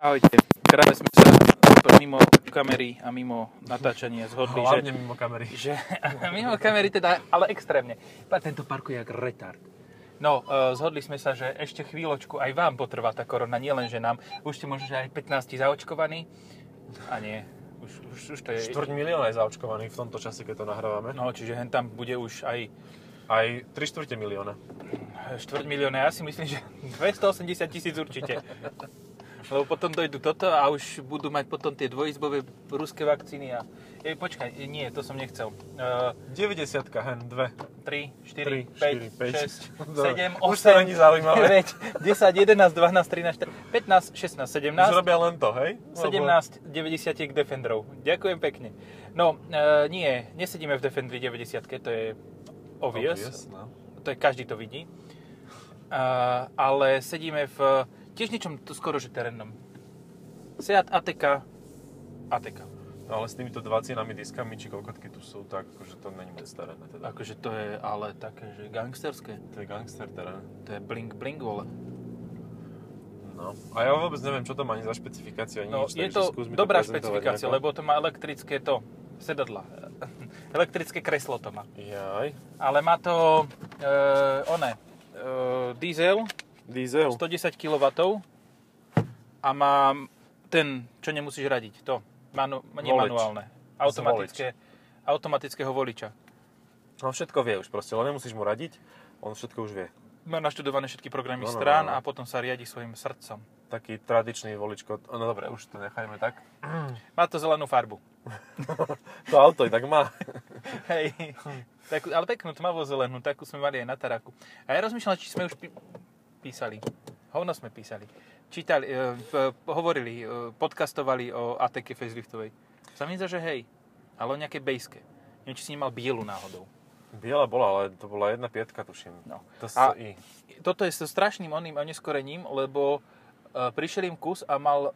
Ahojte. Práve sme sa mimo kamery a mimo natáčania zhodli, že, Hlavne mimo kamery. že mimo kamery teda, ale extrémne. Pa tento parkuje jak retard. No, e, zhodli sme sa, že ešte chvíľočku aj vám potrvá tá korona, nielen že nám. Už ste možno že aj 15 zaočkovaní. A nie, už, už, už to je... Štvrť milióna je zaočkovaných v tomto čase, keď to nahrávame. No, čiže hen tam bude už aj Aj 3 štvrte milióna. štvrť milióna, ja si myslím, že 280 tisíc určite. Lebo potom dojdu toto a už budú mať potom tie dvojizbové ruské vakcíny a... Ej, počkaj, E, nie, to som nechcel. Uh, 90 hen, dve. 3, 4, Tri, 5, štyri, 6, päť. 7, 8, Už to není 9, zaujímavé. 10, 11, 12, 13, 14, 15, 16, Už 17, robia len to, hej? Lebo- 17 90 Defenderov. Ďakujem pekne. No, e, nie, nesedíme v Defenderi 90 to je obvious, Obvious, no. to je, každý to vidí. Uh, ale sedíme v tiež niečom to skoro, že terénnom. Seat Ateca, Ateca. No, ale s týmito 20 diskami, či koľkotky tu sú, tak akože to není moc terénne teda. Akože to je ale také, že gangsterské. To je gangster terén. To je blink blink, vole. No. A ja vôbec neviem, čo to má ani za špecifikáciu, ani No, nič, je takže to skús mi dobrá prezentovať špecifikácia, nejako. lebo to má elektrické to, sedadla. elektrické kreslo to má. Jaj. Ale má to, e, one, e, diesel, Diesel. 110 kW a má ten, čo nemusíš radiť, to, manu, nie Volič. manuálne, automatické, automatického voliča. No všetko vie už proste, len nemusíš mu radiť, on všetko už vie. Má naštudované všetky programy No, no, strán no, no. a potom sa riadi svojim srdcom. Taký tradičný voličko, no dobre, už to nechajme tak. Má to zelenú farbu. To auto i tak má. Hej. Takú, ale peknú tmavo zelenú, takú sme mali aj na Taraku. A ja rozmýšľam, či sme už pí- písali. Hovno sme písali. Čítali, e, v- hovorili, e, podcastovali o ATK faceliftovej. Sa mi zdá, že hej, ale o nejakej bejske. Neviem, či si nemal bielu náhodou. Biela bola, ale to bola jedna pietka, tuším. No. To A- sa i. Toto je so strašným oným oneskorením, lebo e, prišiel im kus a mal e,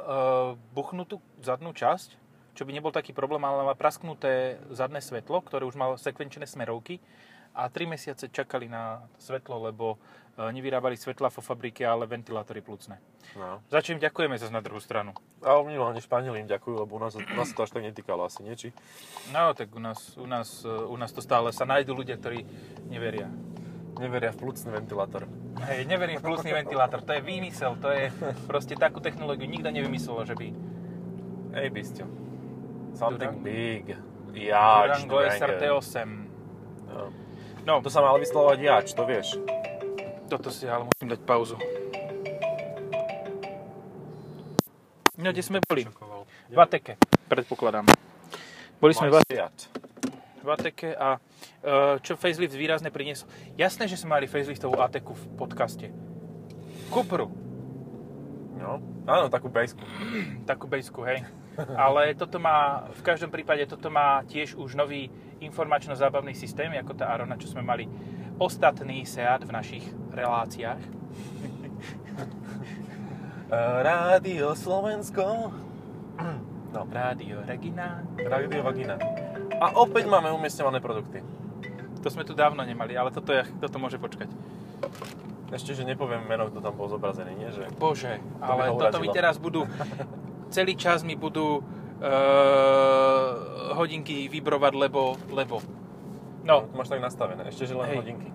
buchnutú zadnú časť, čo by nebol taký problém, ale má prasknuté zadné svetlo, ktoré už malo sekvenčné smerovky a 3 mesiace čakali na svetlo, lebo e, nevyrábali svetla vo fabrike, ale ventilátory plúcne. No. Za čo im ďakujeme zase na druhú stranu. A minimálne Španieli im ďakujú, lebo u nás, u nás sa to až tak netýkalo asi nieči. No tak u nás, u nás, e, u nás to stále sa nájdú ľudia, ktorí neveria. Neveria v plúcný ventilátor. Hej, neverím v plúcný ventilátor, to je výmysel, to je proste takú technológiu nikto nevymyslel, že by Ej, bistio. Something Durango. big. Jač, Durango Durango. SRT8. No. No, To sa malo vyslovať jač, to vieš. toto si ale musím dať pauzu. No, kde sme boli? V Ateke, predpokladám. Boli sme v, Jač. v Ateke a e, čo facelift výrazne priniesol. Jasné, že sme mali faceliftovú Ateku v podcaste. Kupru, No. Áno, takú bejsku. takú bejsku, hej. Ale toto má, v každom prípade, toto má tiež už nový informačno-zábavný systém, ako tá Arona, čo sme mali ostatný Seat v našich reláciách. Eh, Rádio Slovensko. Rádio Regina. Rádio Vagina. A opäť máme umiestňované produkty. To sme tu dávno nemali, ale toto, je, toto môže počkať. Ešte, že nepoviem meno, kto tam bol zobrazený, nie? Že... Bože, To by ale ho toto mi urazilo. teraz budú... Celý čas mi budú uh, hodinky vibrovať, lebo, lebo. No, Máš tak nastavené. Ešte, že len Hej. hodinky.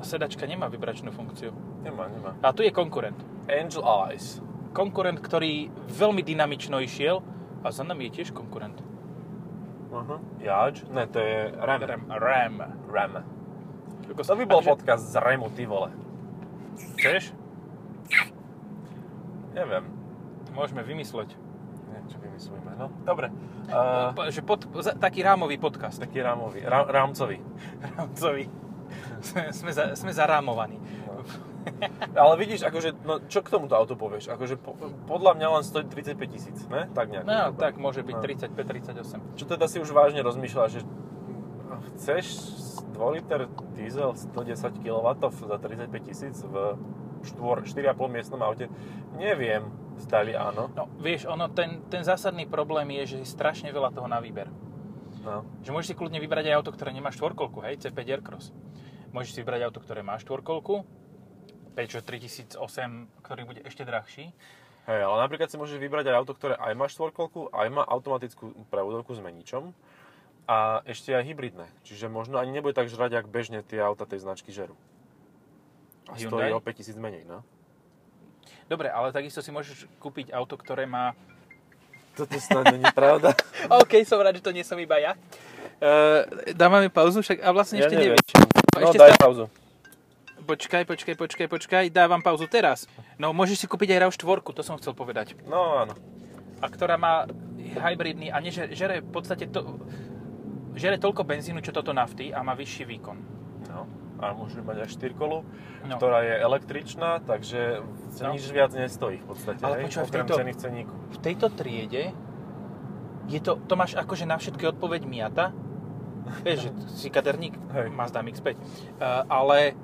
sedačka nemá vibračnú funkciu. Nemá, nemá. A tu je konkurent. Angel Eyes. Konkurent, ktorý veľmi dynamično išiel a za nami je tiež konkurent. Aha. Jač? Ne, to je Ram. Ram. Ram. Ram. Kokos, To by bol takže- podcast z Remu, ty vole. Chceš? Neviem. Môžeme vymysleť. Neviem, čo vymyslíme. No, dobre. Uh, Po- Že pod, za- taký rámový podcast. taký rámový, rá, rámcový. Rámcovi. Sme, sme, za, sme zarámovaní. No. Ale vidíš, akože, no, čo k tomuto autu povieš? Akože, po, podľa mňa len stojí 35 tisíc, ne? Tak nejak. No, tak môže byť No. 35-38. Čo teda si už vážne rozmýšľaš, že chceš 2 liter diesel 110 kW za 35 tisíc v štvor- 4,5 miestnom aute? Neviem, zdali áno. No, vieš, ono, ten, ten zásadný problém je, že je strašne veľa toho na výber. No. Že môžeš si kľudne vybrať aj auto, ktoré nemá štvorkolku, hej, C5 Aircross. Môžeš si vybrať auto, ktoré má štvorkolku, Peugeot 3008, ktorý bude ešte drahší. Hej, ale napríklad si môžeš vybrať aj auto, ktoré aj má štvorkolku, aj má automatickú pravodovku s meničom a ešte aj hybridné. Čiže možno ani nebude tak žrať, ak bežne tie auta tej značky žerú. A stojí Hyundai? o 5000 menej, no. Dobre, ale takisto si môžeš kúpiť auto, ktoré má... Toto snad není pravda. OK, som rád, že to nie som iba ja. Eh, Uh, dávame pauzu, však a vlastne ešte nevieš. No, ešte daj stále- pauzu. Počkaj, počkaj, počkaj, počkaj, dávam pauzu teraz. No, môžeš si kúpiť aj RAV4, to som chcel povedať. No áno. A ktorá má hybridný a neže, žere v podstate to, žere toľko benzínu, čo toto nafty a má vyšší výkon. No. A môžeš mať aj štyrkolu, No. ktorá je električná, takže No. sa nič viac nestojí v podstate. Ale hej, počúvaj, v okrem tejto- ceny v ceníku. V tejto triede je to, to máš akože na všetky odpoveď Miata. Vieš, že si kaderník, Hej. Mazda MX-5. Uh, ale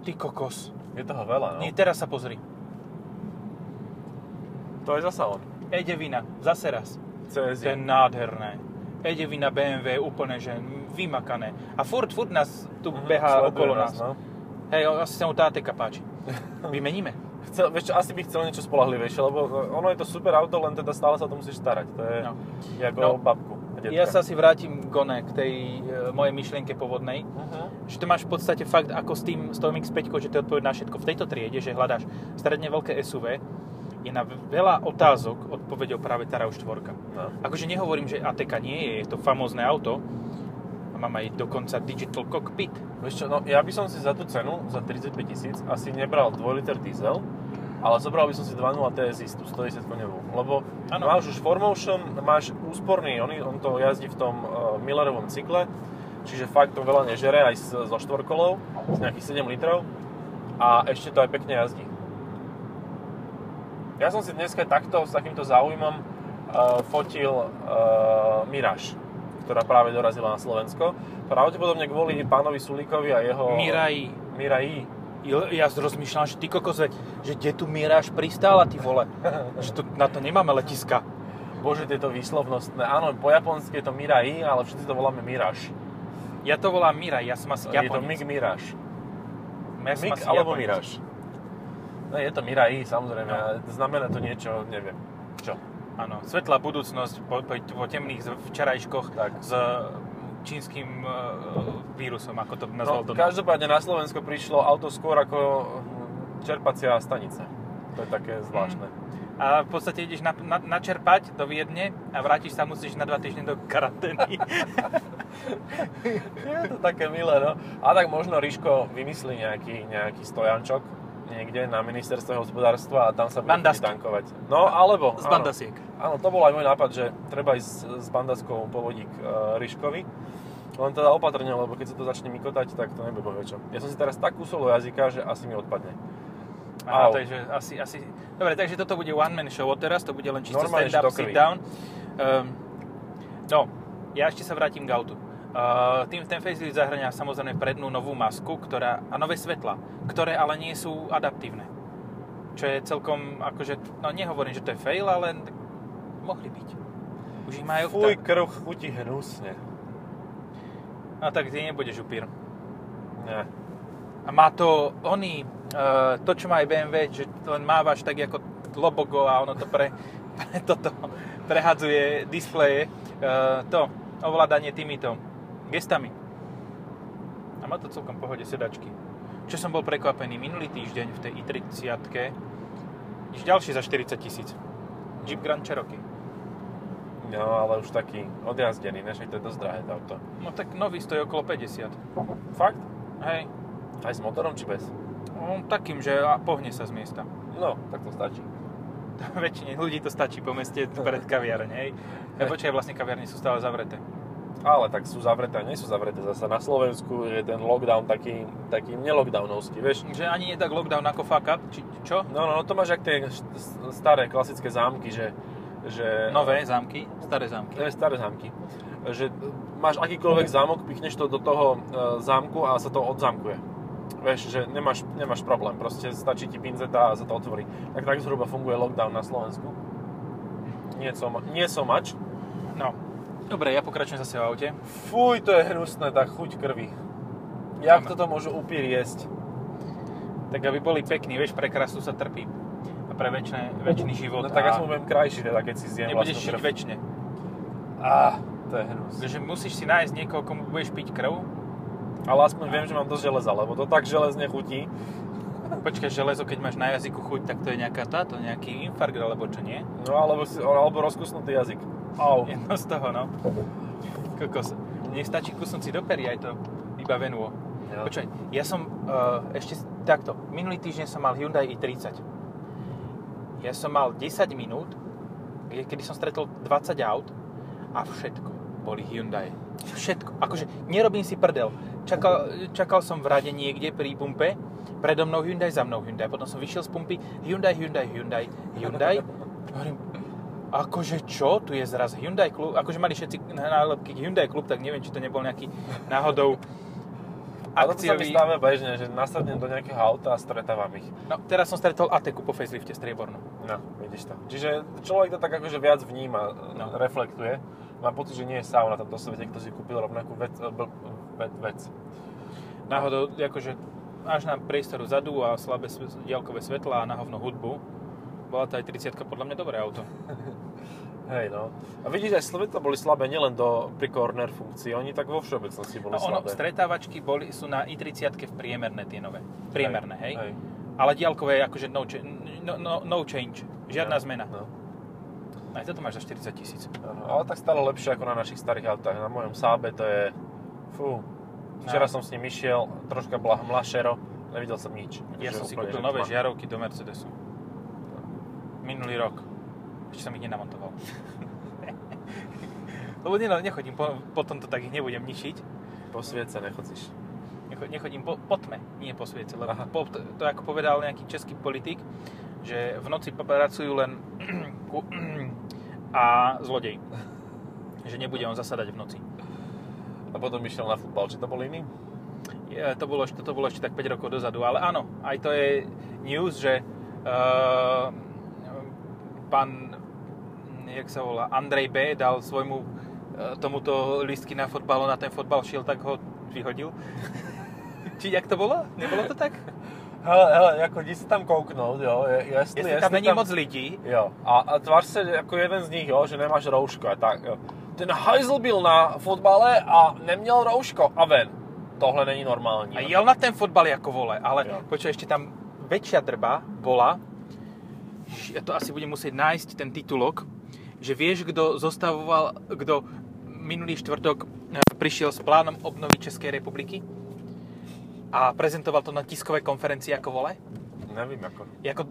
ty kokos. Je toho veľa, no. No. Nie, teraz sa pozri. To je zasa on. E9, zase raz. CSI. To je nádherné. E9 BMW, úplne že vymakané. A furt, furt nás tu Mhm, behá sleduje okolo nás. No. Hej, o- asi sa mu tá teka páči. Vymeníme. Chcel, vieš čo, asi by chcel niečo spolahlivejšie, lebo e, ono je to super auto, len teda stále sa o to musíš starať. To je No. no. ako No. no. babku. a detka. Ja sa si vrátim Gone k tej e, mojej myšlienke pôvodnej. Mhm. Že to máš v podstate fakt ako s tým, s tou X5, že to je odpoveď na všetko. V tejto triede, že hľadáš stredne veľké SUV, je na veľa otázok odpovedou práve tá RAV4. No. Akože nehovorím, že ATK nie je, je to famózne auto. A mám aj dokonca digital cockpit. Vieš čo, no ja by som si za tú cenu, za 35 tisíc, asi nebral 2 liter diesel, ale zobral by som si 2.0 TSI, tú 110 koňovú. Lebo Áno. ano. máš už 4Motion, máš úsporný, on, on to jazdí v tom uh, Millerovom cykle, čiže fakt to veľa nežere aj s- so štvorkolou, z nejakých 7 litrov a ešte to aj pekne jazdí. Ja som si dneska takto s takýmto záujmom uh, fotil uh, Mirage, ktorá práve dorazila na Slovensko. Pravdepodobne kvôli pánovi Sulíkovi a jeho... Mirai Mirai. Jo, Ja rozmýšľam, že ty kokos, veď, že kde tu Miráž pristála, ty vole. Že tu, na to nemáme letiska. Bože, tieto výslovnostné. Áno, po japonsky je to Mirai, ale všetci to voláme Mirage. Ja to volám Miraj, ja som asi Je to MiG Japonec. Mirage. Ja som MiG asi alebo Japonec. Mirage. No, je to Mirai, samozrejme. No. No. Znamená to niečo, neviem. Čo? Áno, svetlá budúcnosť po, po, po temných z- včerajškoch Tak. s eh, čínskym e, vírusom, ako to nazval no, No, každopádne na Slovensko prišlo auto skôr ako hm, čerpacia stanica. To je také zvláštne. A v podstate ideš na, na, načerpať do Viedne a vrátiš sa musíš na dva týždne do karantény. Mm. Je to také milé, no. A tak možno Ríško vymyslí nejaký, nejaký stojančok niekde na ministerstve hospodárstva a tam sa bude Bandasky. chodiť tankovať. No, alebo... Z áno. bandasiek. Áno, to bol aj môj nápad, že treba ísť s- s bandaskou po vodík e, Ryškovi. Len teda opatrne, lebo keď sa to začne mikotať, tak to nebude bohvie čo. Ja som si teraz tak usol do jazyka, že asi mi odpadne. Aha, Au. takže asi, asi... Dobre, takže toto bude one man show od teraz, to bude len čisto Normálne, že stand up, do sit krvi. down. Um, no, ja ešte sa vrátim k autu. Uh, tým ten facelift zahrania samozrejme prednú novú masku ktorá, a nové svetla, ktoré ale nie sú adaptívne. Čo je celkom, akože, no nehovorím, že to je fail, ale tak mohli byť. Už ich majú Fuj, krv chutí hnusne. A tak ty nebudeš upír. Ne. A má to oný, uh, to čo má aj BMW, že len mávaš tak ako lobogo a ono to pre, pre toto prehadzuje displeje, uh, to ovládanie týmito gestami. A má to celkom v pohode sedačky. Čo som bol prekvapený minulý týždeň v tej i30 ideš ďalší za 40 tisíc. Jeep Grand Cherokee. No, ale už taký odjazdený, ne? Však to je dosť drahé to auto. No tak nový stojí okolo 50. Fakt? Hej, Aj s motorom či bez? on takým, že a pohne sa z miesta. No, tak to stačí. Väčšine ľudí to stačí po meste pred kaviareň, hej. Ja počkaj, vlastne kaviarne sú stále zavreté. Ale tak sú zavreté, a nie sú zavreté. Zasa na Slovensku je ten lockdown taký, taký nelockdownovský, vieš? Že ani nie tak lockdown ako fuck up, či čo? No, no, no to máš jak tie št- s- staré klasické zámky, že... že Nové zámky, staré zámky. Ne, staré zámky. Že e, máš akýkoľvek zámok, pichneš to do toho e, zámku a sa to odzámkuje. Vieš, že nemáš, nemáš problém, proste stačí ti pinzeta a sa to otvorí. Tak tak zhruba funguje lockdown na Slovensku. Nie som, nie som mač. No. Dobre, ja pokračujem zase v aute. Fuj, to je hnusné, tá chuť krvi. Jak Áno. toto môžu upír jesť? Tak aby boli pekní, vieš, pre krasu sa trpí. A pre väčšie, väčší život. No tak ja a som budem krajší, teda keď si zjem Nebudeš vlastnú šiť krv. väčšine. Ah, to je hnus. Takže musíš si nájsť niekoho, komu budeš piť krv. Ale aspoň viem, že mám dosť železa, lebo to tak železne chutí. Počkaj, železo, keď máš na jazyku chuť, tak to je nejaká táto, nejaký infarkt alebo čo nie? No alebo, si, alebo rozkusnutý jazyk. Au. Jedno z toho, no. Kokos. Nestačí kusnúť si do pery, aj to iba venúo. Ja. Počkaj, ja som uh, ešte s- takto. Minulý týždeň som mal Hyundai i30. Ja som mal 10 minút, kde- kedy som stretol 20 aut a všetko boli Hyundai. Všetko. Akože nerobím si prdel. Čakal, čakal som v rade niekde pri pumpe, predo mnou Hyundai, za mnou Hyundai. Potom som vyšiel z pumpy, Hyundai, Hyundai, Hyundai, Hyundai. Hovorím, akože čo, tu je zraz Hyundai klub, akože mali všetci nálepky Hyundai klub, tak neviem, či to nebol nejaký náhodou A to sa mi akciový. stáva bežne, že nasadnem do nejakého auta a stretávam ich. No, teraz som stretol Ateku po facelifte striebornú. No, vidíš to. Čiže človek to tak akože viac vníma, No. no. reflektuje. Mám pocit, že nie je sám na tomto svete, kto si kúpil rovnakú vec, eh, bl- vec, vec. Náhodou, akože až na priestoru zadu a slabé sv- diaľkové svetla a na hovno hudbu. Bola tá aj 30 podľa mňa dobré auto. Hej, no. A vidíš, aj svetla boli slabé nielen do, pri corner funkcii, oni tak vo všeobecnosti boli No ono, slabé. stretávačky boli, sú na i30 v priemerné tie nové. Priemerné, hej? hej. Ale diaľkové je akože no, cha- no, no, no change. Žiadna No, zmena. No. Aj toto máš za 40 tisíc. Áno, ale tak stále lepšie ako na našich starých autách. Na mojom Sábe to je... Fú. Včera No. som s ním išiel, troška bola mlašero, nevidel som nič. Ja Takže som si úplne, kúpil že nové tma. žiarovky do Mercedesu. Minulý rok. Ešte som ich nenamontoval. Lebo ne, nechodím, po, potom to tak ich nebudem ničiť. Po sviet sa nechodíš. Necho- Nechodím po, po tme, nie po sviece. Lebo Aha. po, to, to ako povedal nejaký český politik, že v noci pracujú len ku- a zlodej. Že nebude on zasadať v noci. A potom išiel na futbal, či to bol iný? Je, to, bolo, ešte- to bolo ešte tak 5 rokov dozadu, ale áno, aj to je news, že uh, pán, jak sa volá, Andrej B. dal svojmu uh, tomuto listky na fotbal, on na ten fotbal šiel, tak ho vyhodil. Či jak to bolo? Nebolo to tak? Hele, hele, ako kde si tam kouknúť, jo? Je, jestli, Jestli tam není moc lidí, Jo. A, a tvár sa ako jeden z nich, jo, že nemáš rouško a tak, jo. Ten hajzl byl na fotbale a neměl rouško a ven. Tohle není normální. A jel na ten fotbal jako vole, ale Jo. počkaj, ešte tam väčšia drba bola, Ježiš, ja to asi budem musieť nájsť ten titulok, že vieš, kto zostavoval, kto minulý štvrtok e, prišiel s plánom obnovy Českej republiky a prezentoval to na tiskovej konferencii ako vole. Nevím, ako. Jako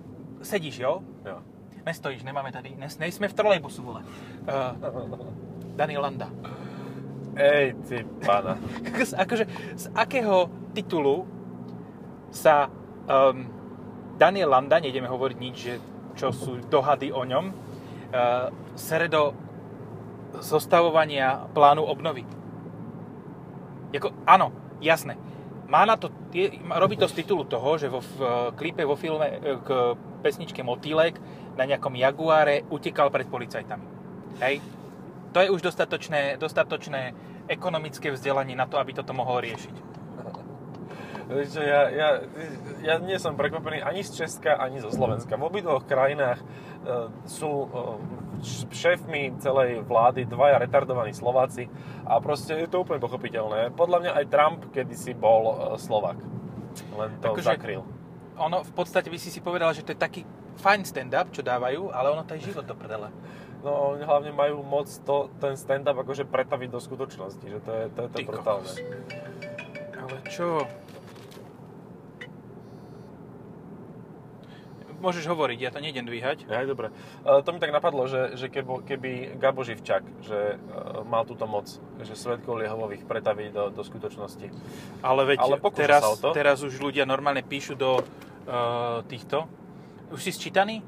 sedíš, jo? Jo. Nestojíš, nemáme tady, nes, nejsme v trolejbusu, vole. Uh, Dani Landa. Ej, ty pána. z, akože, z akého titulu sa um, Daniel Landa, nejdeme hovoriť nič, že čo sú dohady o ňom, uh, sere do zostavovania plánu obnovy. Jako, áno, jasné. Má na to, je, má- robí to z titulu toho, že vo v, eh, klipe, vo filme e, k pesničke Motýlek na nejakom Jaguáre utekal pred policajtami. Hej? To je už dostatočné, dostatočné ekonomické vzdelanie na to, aby toto mohol riešiť. Vieš čo, ja, ja, ja nie som prekvapený ani z Česka, ani zo Slovenska. V obidvoch krajinách e, sú e, š- šéfmi celej vlády dvaja retardovaní Slováci a proste je to úplne pochopiteľné. Podľa mňa aj Trump kedysi bol e, Slovak. Len to Akože- akože... zakryl. Ono, v podstate by si si povedal, že to je taký fajn stand-up, čo dávajú, ale ono to je život do prdele. No oni hlavne majú moc to, ten stand-up akože pretaviť do skutočnosti, že to je, to je to Ty kokos. brutálne. Ale čo? Môžeš hovoriť, ja to nejdem dvíhať. Aj dobre. E, To mi tak napadlo, že, že kebo, keby Gabo Živčak že, e, mal túto moc, že svetkov liehových pretaví do, do skutočnosti. Ale veď Ale pokúša teraz, sa o to. teraz už ľudia normálne píšu do uh, týchto. Už si sčítaný?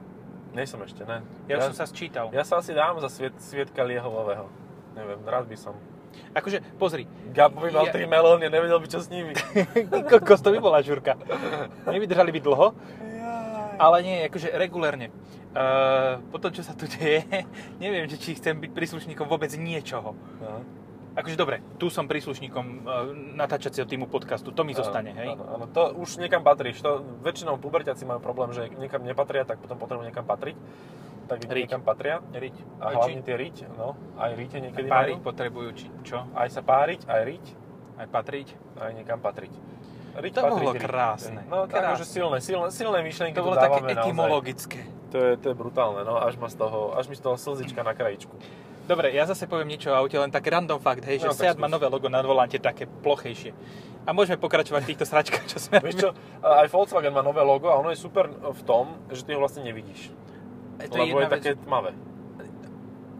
Nie som ešte, ne. Ja, už som sa sčítal. ja sa asi dám za sviet, svietka liehovového. Neviem, rád by som. Akože, pozri, Gabo by mal Ja- 3 melóny, nevedel by čo s nimi. kokos, to by bola žurka. Nevydržali by dlho, Jaj. ale nie, akože regulérne. Eh, Uh, po tom, čo sa tu deje, neviem, že či chcem byť príslušníkom vôbec niečoho. no. Akože dobre, tu som príslušníkom e, natáčacieho týmu podcastu, to mi zostane, hej? Eh, Áno, áno, to už niekam patríš. To väčšinou puberťaci majú problém, že niekam nepatria, tak potom potrebujú niekam patriť. Tak Riť. niekam patria. Riť. A Aj hlavne tie riť, no. Aj rite či, niekedy páriť majú. potrebujú, či čo? Aj sa páriť, aj riť, Aj patriť? No, aj niekam patriť. Riť, To bolo riť. krásne, No, krásne. akože silné, silné, silné myšlienky To tu bolo také dávame naozaj. etymologické. To je, to je brutálne, no. Až, ma z toho, až mi z toho slzička na krajičku. Dobre, ja zase poviem niečo o aute, len tak random fakt, hej, že No, tak Seat má skús. nové logo na volante, také plochejšie. A môžeme pokračovať v týchto sračkách, čo sme... Vieš čo, aj Volkswagen má nové logo a ono je super v tom, že ty ho vlastne nevidíš. To je jedna lebo je vec. také tmavé.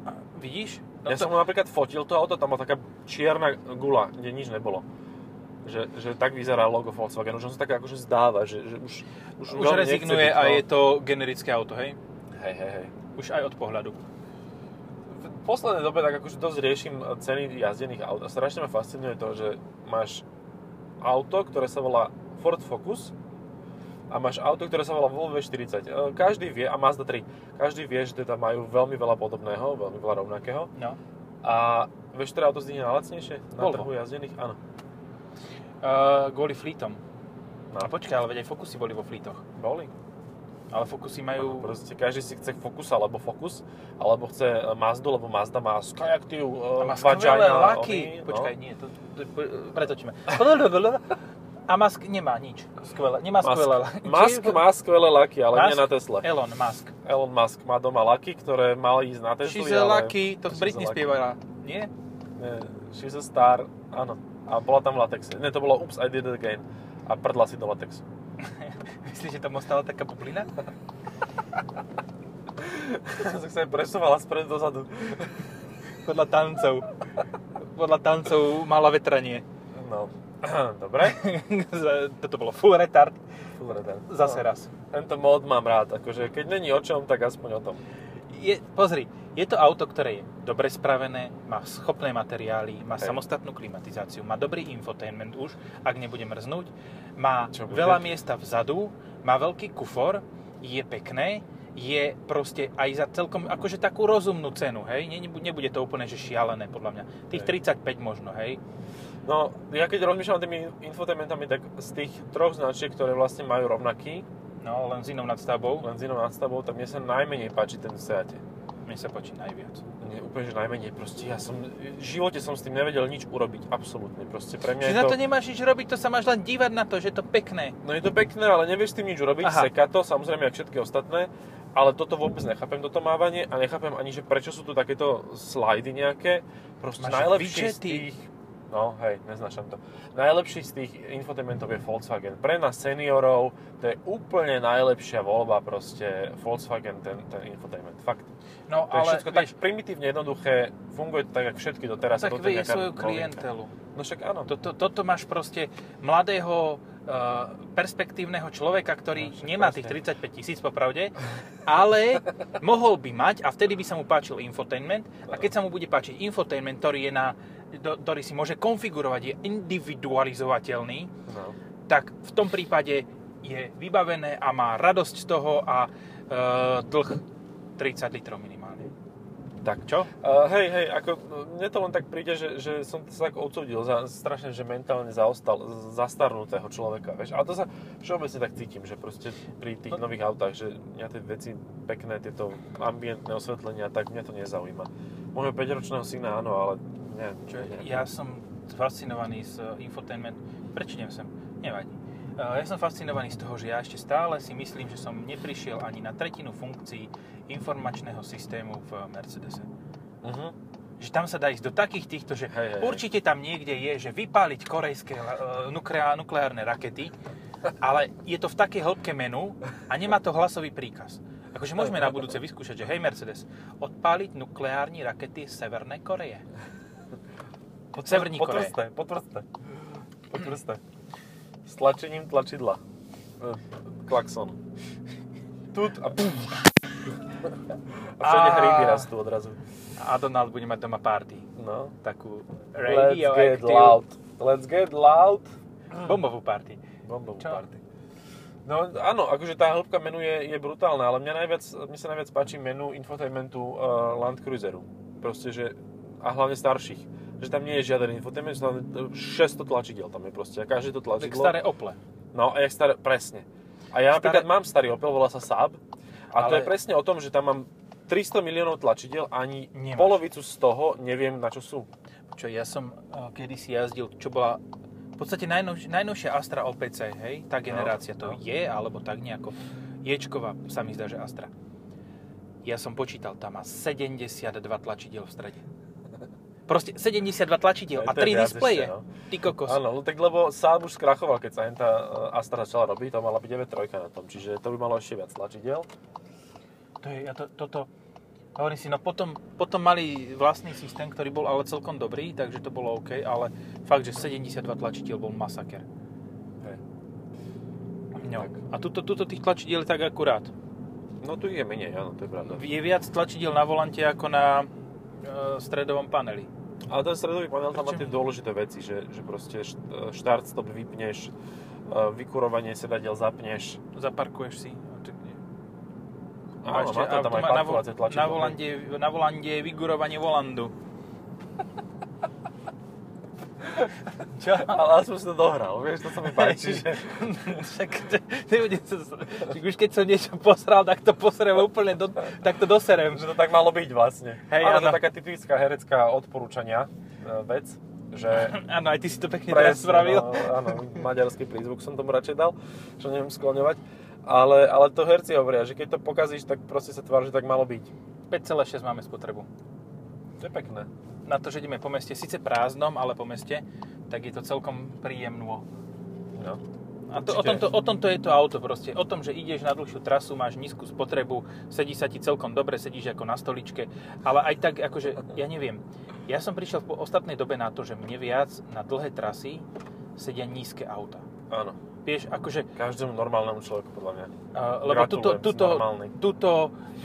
A Vidíš? No ja to... som napríklad fotil to auto, tam bola taká čierna gula, kde nič nebolo. Že, že tak vyzerá logo Volkswagenu, že on sa tak akože zdáva, že, že už, už, už veľmi nechce rezignuje byť, a no. je to generické auto, hej? Hej, hej, hej. Už aj od pohľadu. V poslednej dobe tak akože dosť riešim ceny jazdených aut a strašne ma fascinuje to, že máš auto, ktoré sa volá Ford Focus a máš auto, ktoré sa volá Volvo V40. E, Každý vie, a Mazda 3, každý vie, že teda majú veľmi veľa podobného, veľmi veľa rovnakého. No. A vieš, ktoré auto z nich je najlacnejšie? Na Volvo. trhu jazdených? Áno. Uh, kvôli flítom. No. A počkaj, ale veď aj Focusy boli vo flítoch. Boli. Ale Focusy Majú... majú... Proste každý si chce Focus alebo Focus, alebo chce e, Mazdu, lebo Mazda má Skyactiv, A e, má skvelé dva Giant, laky. oni- Počkaj, no. nie, to, to, to pretočíme. A Musk nemá nič. Skvelé. Nemá Musk. skvelé laky. Musk má skvelé laky, ale nie Musk? na Tesle. Elon Musk. Elon Musk má doma laky, ktoré mali ísť na Teslu. She's a lucky, to She's a Britney lucky. spievala. Nie? Nie, She's a star, áno. A bola tam v latexe. Ne, to bolo Oops, I did it again. A prdla si do latexu. Myslíš, že tam ostala taká bublina? tak sa aj presúvala spred dozadu. Podľa tancov. Podľa tancov mala vetranie. No, dobre. Toto bolo full retard. Fú, Redan. Zase No. raz. Tento mod mám rád, akože keď není o čom, tak aspoň o tom. Je, pozri, je to auto, ktoré je dobre spravené, má schopné materiály, má Hej. samostatnú klimatizáciu, má dobrý infotainment už, ak nebude mrznúť, má Čo bude? veľa miesta vzadu, má veľký kufor, je pekné, je proste aj za celkom akože takú rozumnú cenu, hej? Ne- nebu- Nebude to úplne že šialené, podľa mňa. Tých Hej. 35 možno, hej? No, ja keď rozmýšľam tými infotainmentami, tak z tých troch značiek, ktoré vlastne majú rovnaký, No, len s inou nadstavbou. len s inou nadstavbou, tak mne sa najmenej páči ten v Seate. Mne sa páči najviac. Nie, úplne, že najmenej. Proste ja som, v živote som s tým nevedel nič urobiť. Absolútne. Proste pre mňa Čiže je na to to... nemáš nič robiť, to sa máš len dívať na to, že je to pekné. No je to pekné, ale nevieš s tým nič urobiť. Aha. Seká to, samozrejme, ako všetky ostatné. Ale toto vôbec nechápem, toto mávanie. A nechápem ani, že prečo sú tu takéto slajdy nejaké. Proste Máš najlepšie z widgety. tých... No, hej, neznašam to. Najlepší z tých infotainmentov je Volkswagen. Pre nás seniorov to je úplne najlepšia voľba proste Volkswagen, ten, ten infotainment. Fakt. No, To je ale všetko vieš, tak primitívne jednoduché, funguje to tak, jak všetky doteraz. tak toto je vie nejaká svoju novinka. klientelu. No však áno. To... Toto, toto máš proste mladého e, perspektívneho človeka, ktorý No, však nemá tých 35 tisíc popravde, ale mohol by mať a vtedy by sa mu páčil infotainment a keď sa mu bude páčiť infotainment, ktorý je na do- ktorý si môže konfigurovať, je individualizovateľný, No. tak v tom prípade je vybavené a má radosť z toho a e, dlh 30 litrov minimálne. Tak. Čo? Uh, hej, hej, ako mne to len tak príde, že, že som sa tak odsudil za, strašne, že mentálne zaostal, z- zastarnutého človeka, vieš. Ale to sa všeobecne tak cítim, že proste pri tých No. nových autách, že mňa tie veci pekné, tieto ambientné osvetlenia, tak mňa to nezaujíma. Môjho 5-ročného syna áno, ale ne, Čo, ne, ja som fascinovaný z eh, infotainment. Prečo idem sem? Nevadí. Eh, Ja som fascinovaný z toho, že ja ešte stále si myslím, že som neprišiel ani na tretinu funkcií informačného systému v Mercedese. Mhm. Že tam sa dá ísť do takých týchto, že Hej, hej, hej. určite tam niekde je, že vypáliť korejské eh, nukleá- nukleárne rakety, ale je to v takej hĺbke menu a nemá to hlasový príkaz. Akože môžeme na budúce vyskúšať, že hej Mercedes, odpáliť nukleárne rakety z Severnej Koreje. Od Severní Koreje. Potvrste, potvrste. Potvrste. S tlačením tlačidla. E, Klakson. Tut a pum. A všade Á. hryby rastú odrazu. A Donald bude mať doma party. No. Takú Let's get radioactive loud. Let's get loud. bombovú party. Bombovú Čo? party. No áno, akože tá hĺbka menu je, je brutálna, ale mňa najviac, mne sa najviac páči menu infotainmentu uh, Land Cruiseru. Proste, že, a hlavne starších. že tam nie je žiaden infotainment, že tam 600 tlačidiel tam je proste, a každé to Tak tlačidlo... staré Ople. No, a jak staré, presne. A ja Staré- napríklad mám starý Opel, volá sa Saab, a to Ale- je presne o tom, že tam mám 300 miliónov tlačidiel a ani Nemáš. polovicu z toho neviem, na čo sú. Čo ja som eh, kedysi jazdil, čo bola v podstate najnovš- najnovšia Astra OPC, hej? Tá generácia to no. je, alebo tak nejako. Ječková sa mi zdá, že Astra. Ja som počítal, tam má 72 tlačidiel v strede. Proste 72 tlačidiel Aj a to 3 je viac displeje. ešte, no. Ty kokos. Áno, no tak lebo Saab už skrachoval, keď sa jen tá e, Astra začala robiť, to mala byť 9.3 na tom, čiže to by malo ešte viac tlačidiel. To je, ja to, toto, hovorím si, no potom, potom mali vlastný systém, ktorý bol ale celkom dobrý, takže to bolo OK, ale fakt, že 72 tlačidiel bol masaker. Hej. No. Tak. A tuto, tuto tých tlačidiel je tak akurát. No tu ich je menej, áno, to je pravda. Je viac tlačidiel na volante ako na e, stredovom paneli. Ale ten stredový panel tam má Prečo? tie dôležité veci, že, že proste št- eh, štart, stop vypneš, e, vykurovanie sedadiel zapneš. Zaparkuješ si. a tak nie. Áno, má to a tam aj na, vo- parkovacie tlačidlo. na, volande, na volande je vygurovanie volandu. Čo? Ale aspoň si to dohral, vieš, to sa mi páči, že... Však to- nebudem sa... Však už keď som niečo posral, tak to posrem úplne do... Tak to doserem. že to tak malo byť vlastne. Hej, Áno, to áno. je taká typická herecká odporúčania e, vec, že Áno, aj ty si to pekne teraz Presne, spravil. No, áno, maďarský prízvuk som tomu radšej dal, čo neviem skloňovať. Ale, ale to herci hovoria, že keď to pokazíš, tak proste sa tvár, že tak malo byť. 5,6 máme spotrebu. To je pekné. Na to, že ideme po meste, síce prázdnom, ale po meste, tak je to celkom príjemno. No. A to, Určite. o, tomto, o tomto je to auto proste. O tom, že ideš na dlhšiu trasu, máš nízku spotrebu, sedí sa ti celkom dobre, sedíš ako na stoličke. Ale aj tak, akože, ja neviem. Ja som prišiel po ostatnej dobe na to, že mne viac na dlhé trasy sedia nízke auta. Áno, Vieš, akože každému normálnemu človeku podľa mňa. Uh, lebo Gratulujem, tuto, si tuto, normálny. tuto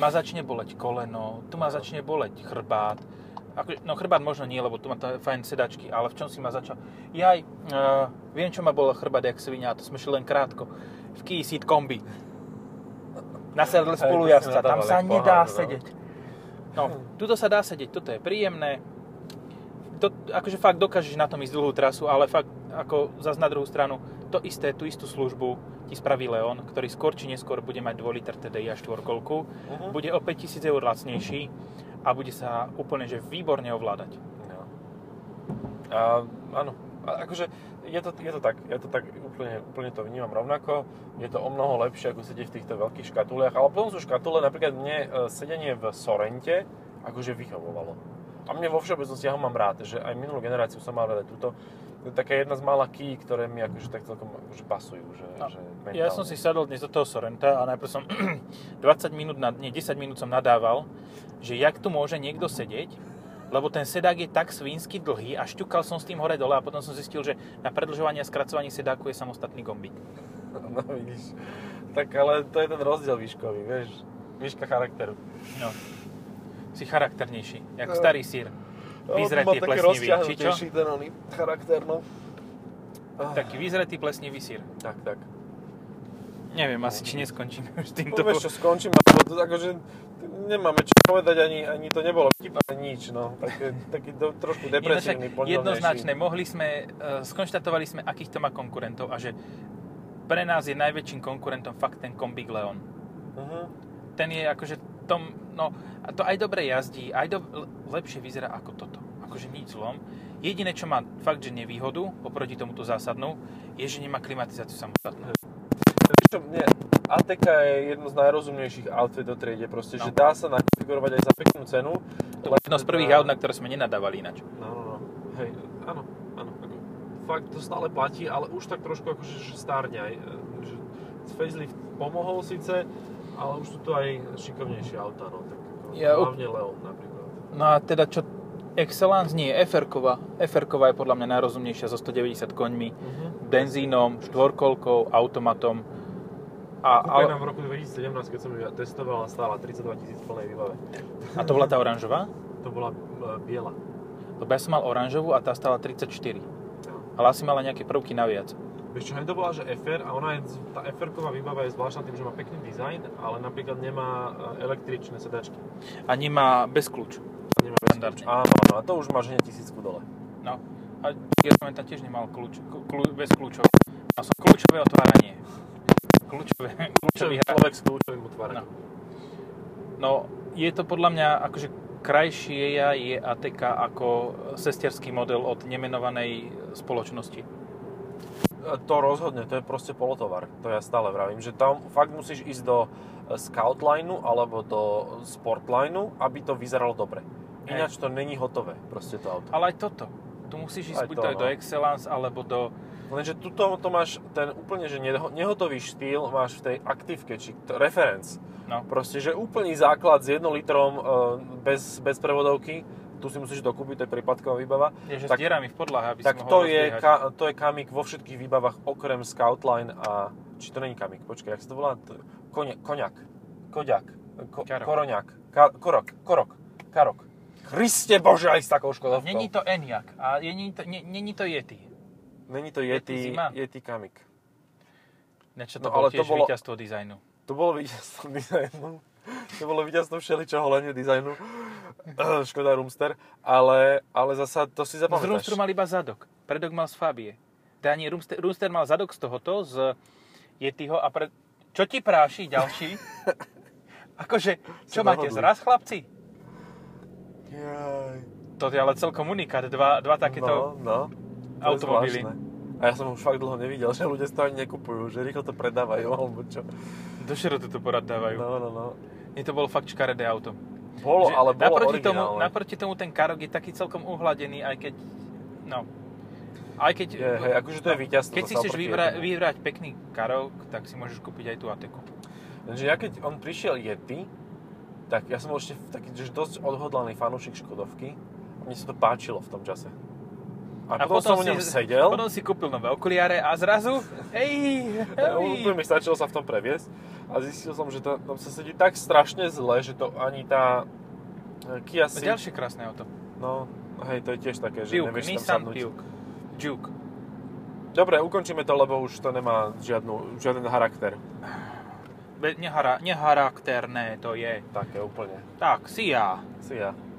ma začne boleť koleno, tu ma začne boleť chrbát. Ako, no chrbát možno nie, lebo tu má tá fajn sedačky, ale v čom si ma začal? Jaj, uh, viem, čo ma bolo chrbát, jak svinia, to sme šli len krátko. V Kia Ceed kombi. Na sedle Hej, to si spolujazca, tam nadával, sa jak nedá pohár, no. sedieť. No, tuto sa dá sedieť, toto je príjemné. To, akože fakt dokážeš na tom ísť dlhú trasu, ale fakt ako zas na druhú stranu, to isté, tú istú službu ti spraví Leon, ktorý skôr či neskôr bude mať 2 liter TDI a 4 Mhm. bude o 5000 eur lacnejší a bude sa úplne že výborne ovládať. No. A, áno, a, akože je to, je to tak, je to tak, úplne, úplne to vnímam rovnako. Je to o mnoho lepšie, ako sedieť v týchto veľkých škatuliach, ale potom sú škatule, napríklad mne e, sedenie v Sorente akože vyhovovalo. A mne vo všeobecnosti, ja ho mám rád, že aj minulú generáciu som mal rada túto. To je taká jedna z mála key, ktoré mi akože tak celkom akože pasujú, že, No, že Ja som si sadol dnes do toho Sorenta a najprv som 20 minút, na, nie 10 minút som nadával, že jak tu môže niekto sedieť, lebo ten sedák je tak svínsky dlhý a šťukal som s tým hore dole a potom som zistil, že na predlžovanie a skracovanie sedáku je samostatný gombík. No vidíš, tak ale to je ten rozdiel výškový, vieš, výška charakteru. No. Si charakternejší, jak No. starý sír. Vyzretý plesnivý, či čo? ten oný charakter, no. Ah. Taký vyzretý plesnivý sír. Tak, tak. Neviem asi, či neskončíme už s týmto. No vieš čo, skončím, lebo to akože nemáme čo povedať, ani, ani to nebolo vtip, ani nič, no. Taký, taký do, trošku Jedno- no však depresívny, pondelnejší. jednoznačné, mohli sme, e, skonštatovali sme, akých to má konkurentov a že pre nás je najväčším konkurentom fakt ten Kombik Leon. Mhm. Ten je akože tom, no, a to aj dobre jazdí, aj do, le- lepšie vyzerá ako toto. Akože nič zlom. Jediné, čo má fakt, že nevýhodu oproti tomuto zásadnú, je, že nemá klimatizáciu samostatnú. Vieš čo, nie, ATK je jedno z najrozumnejších aut v tejto triede, proste, No. že dá sa nakonfigurovať aj za peknú cenu. eh, To bolo jedno z prvých aut, na ktoré sme nenadávali ináč. No, no, no. Hej, áno, áno. Ako, fakt to stále platí, ale už tak trošku akože že stárne aj. e, Že facelift pomohol síce, ale už sú tu aj šikovnejšie autá, no. Tak, ako, Ja u- hlavne Leon napríklad. No a teda čo, Excellence nie, FR-kova. FR-kova je podľa mňa najrozumnejšia so 190 koňmi. Mhm. benzínom, štvorkolkou, automatom. A, a, Kúpená v roku 2017, keď som ju ja testoval, stála 32 tisíc v plnej výbave. a to bola tá oranžová? To bola e, biela. Lebo ja som mal oranžovú a tá stala 34. Ale asi mala nejaké prvky naviac. Vieš čo, hneď to bola, že FR a ona je, tá FR-ková výbava je zvláštna tým, že má pekný dizajn, ale napríklad nemá e, električné sedačky. A nemá bez kľúč. Nemá Standardne. Áno, áno, a to už máš hneď tisícku dole. No. A ja som tam tiež nemal kľúč, kľú, bez kľúčov. Mal som kľúčové otváranie. Kľúčové, kľúčový Kľúčový hra. človek s kľúčovým otváraním. No, je to podľa mňa akože krajšie je ATK ako sesterský model od nemenovanej spoločnosti. E, To rozhodne, to je proste polotovar. To ja stále vravím, že tam fakt musíš ísť do e, scoutlineu alebo do sportlineu, aby to vyzeralo dobre. Hej. Ináč to není hotové, proste to auto. Ale aj toto. Tu musíš ísť Aj buď to, to, aj no. do Excellence, alebo do... Lenže tuto to máš ten úplne, že neho- nehotový štýl máš v tej aktívke, či t- reference. No. Proste, že úplný základ s 1 litrom e, bez, bez prevodovky, tu si musíš dokúpiť, to je prípadková výbava. Je, že Tak- s dierami v podlahe, aby si tak mohol to je, rozbiehať. ka, to je kamik vo všetkých výbavách okrem Scoutline a... Či to není kamik? Počkaj, jak sa to volá? To- Kone, koňak. Koďak. Ko, Karok. koroňak. Ka, korok. Korok. Karok. Christe Bože, aj s A takou škodovkou. Není to Eniak a není to, ne, není to Yeti. Není to Yeti Yeti, zima. Yeti kamik. Nečo to no, No, ale bolo to tiež bolo- víťazstvo dizajnu. To bolo víťazstvo dizajnu. To bolo víťazstvo všeličoho, len nie dizajnu. Eh, Škoda Roomster. Ale, ale zasa to si Z zapamätáš. Rumstru mal iba zadok, predok mal z Fabie. Teda nie, Rumster, Rumster mal zadok z tohoto, z Yetiho a pred... Čo ti práši ďalší? akože, čo Sa máte dohoduj. zraz, chlapci? Jaj. To je ale celkom unikát, dva, dva takéto... no, no, to je automobily. zvláštne. A ja som už fakt dlho nevidel, že ľudia to ani nekupujú, že rýchlo to predávajú alebo čo. Do šrotu to poradávajú. No. No, no, no. Nie to bolo fakt škaredé auto. Bolo, Že ale bolo naproti tomu, originálne. naproti tomu ten Karok je taký celkom uhladený, aj keď... No. Aj keď... Je, hej, akože to je víťazstvo. Keď si zasa chceš oproti vybra- Yetimu. vybrať pekný karok, tak si môžeš kúpiť aj tú Ateku. Lenže ja keď on prišiel Yeti, tak ja som bol ešte taký, že dosť odhodlaný fanúšik Škodovky. A mne sa to páčilo v tom čase. A, potom, som v ňom sedel. Potom si kúpil nové okuliare a zrazu... Hej, Úplne hej. mi stačilo sa v tom previesť a zistil som, že tam, tam sa sedí tak strašne zle, že to ani tá e, Kia si... Ďalšie krásne auto. No, hej, to je tiež také, že Duke, nevieš Nissan tam sadnúť. Duke. Duke. Dobre, ukončíme to, lebo už to nemá žiadnu, žiaden charakter. Be- nehara- necharakterné to je. Také úplne. Tak, si ja. Si ja.